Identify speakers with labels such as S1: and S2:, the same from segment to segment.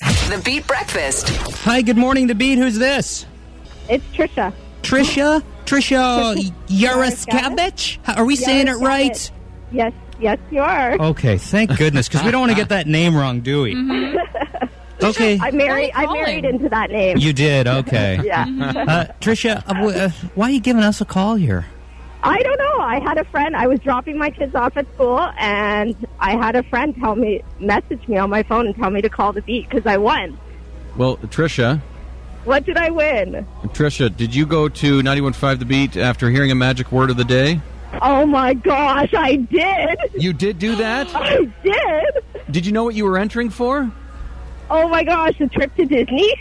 S1: the Beat Breakfast.
S2: Hi, good morning, The Beat. Who's this?
S3: It's Trisha.
S2: Trisha? Trisha Yaroskavich? Are we saying it right?
S3: Yes, yes, you are.
S2: Okay, thank goodness, because we don't want to get that name wrong, do we? Okay,
S3: I married.
S4: Why are
S3: I
S4: you
S3: married
S4: calling?
S3: into that name.
S2: you did. Okay.
S3: yeah.
S2: Uh, Trisha, uh, w- uh, why are you giving us a call here?
S3: I don't know. I had a friend. I was dropping my kids off at school, and I had a friend tell me, message me on my phone, and tell me to call the beat because I won.
S5: Well, Trisha,
S3: What did I win?
S5: Trisha, did you go to 91.5 The Beat after hearing a magic word of the day?
S3: Oh my gosh, I did!
S5: You did do that?
S3: I did!
S5: Did you know what you were entering for?
S3: Oh my gosh, a trip to Disney?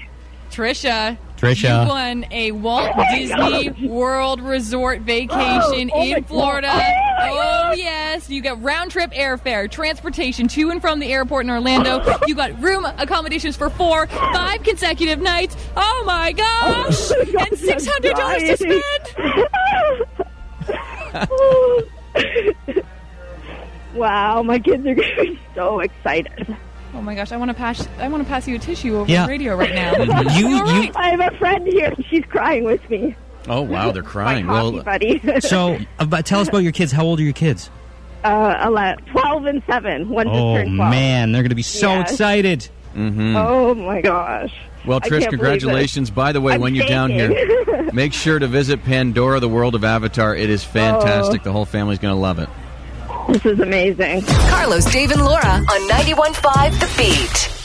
S4: Trisha.
S2: Trisha.
S4: You won a Walt Disney World Resort vacation
S3: Oh, oh my
S4: in Florida.
S3: God. Oh, my
S4: Oh,
S3: God.
S4: yes. You got round trip airfare, transportation to and from the airport in Orlando. You got room accommodations for four, five consecutive nights. Oh, my gosh.
S3: Oh my God,
S4: and $600 to
S3: I'm dying.
S4: spend.
S3: wow, my kids are going to be so excited.
S4: Oh, my gosh. I want to pass, I want to pass you a tissue over
S2: Yeah.
S4: the radio right now.
S2: You,
S4: You're
S2: you.
S4: right.
S3: I have a friend here. She's crying with me.
S5: Oh, wow, they're crying.
S3: my coffee
S5: Well,
S3: buddy.
S2: So, about, tell us about your kids. How old are your kids?
S3: uh, ele- 12 and 7. One
S2: Oh
S3: just turned 12.
S2: man, they're going to be so
S3: Yeah.
S2: excited.
S3: Oh, my gosh. I
S5: well Trish,
S3: can't believe
S5: congratulations. By the way,
S3: I'm
S5: when you're down
S3: shaking.
S5: here, make sure to visit Pandora, the world of Avatar. It is
S3: Oh.
S5: fantastic. The whole family's going to love it.
S3: it. Oh, This is amazing.
S1: Carlos, Dave, and Laura on 91.5 The Beat.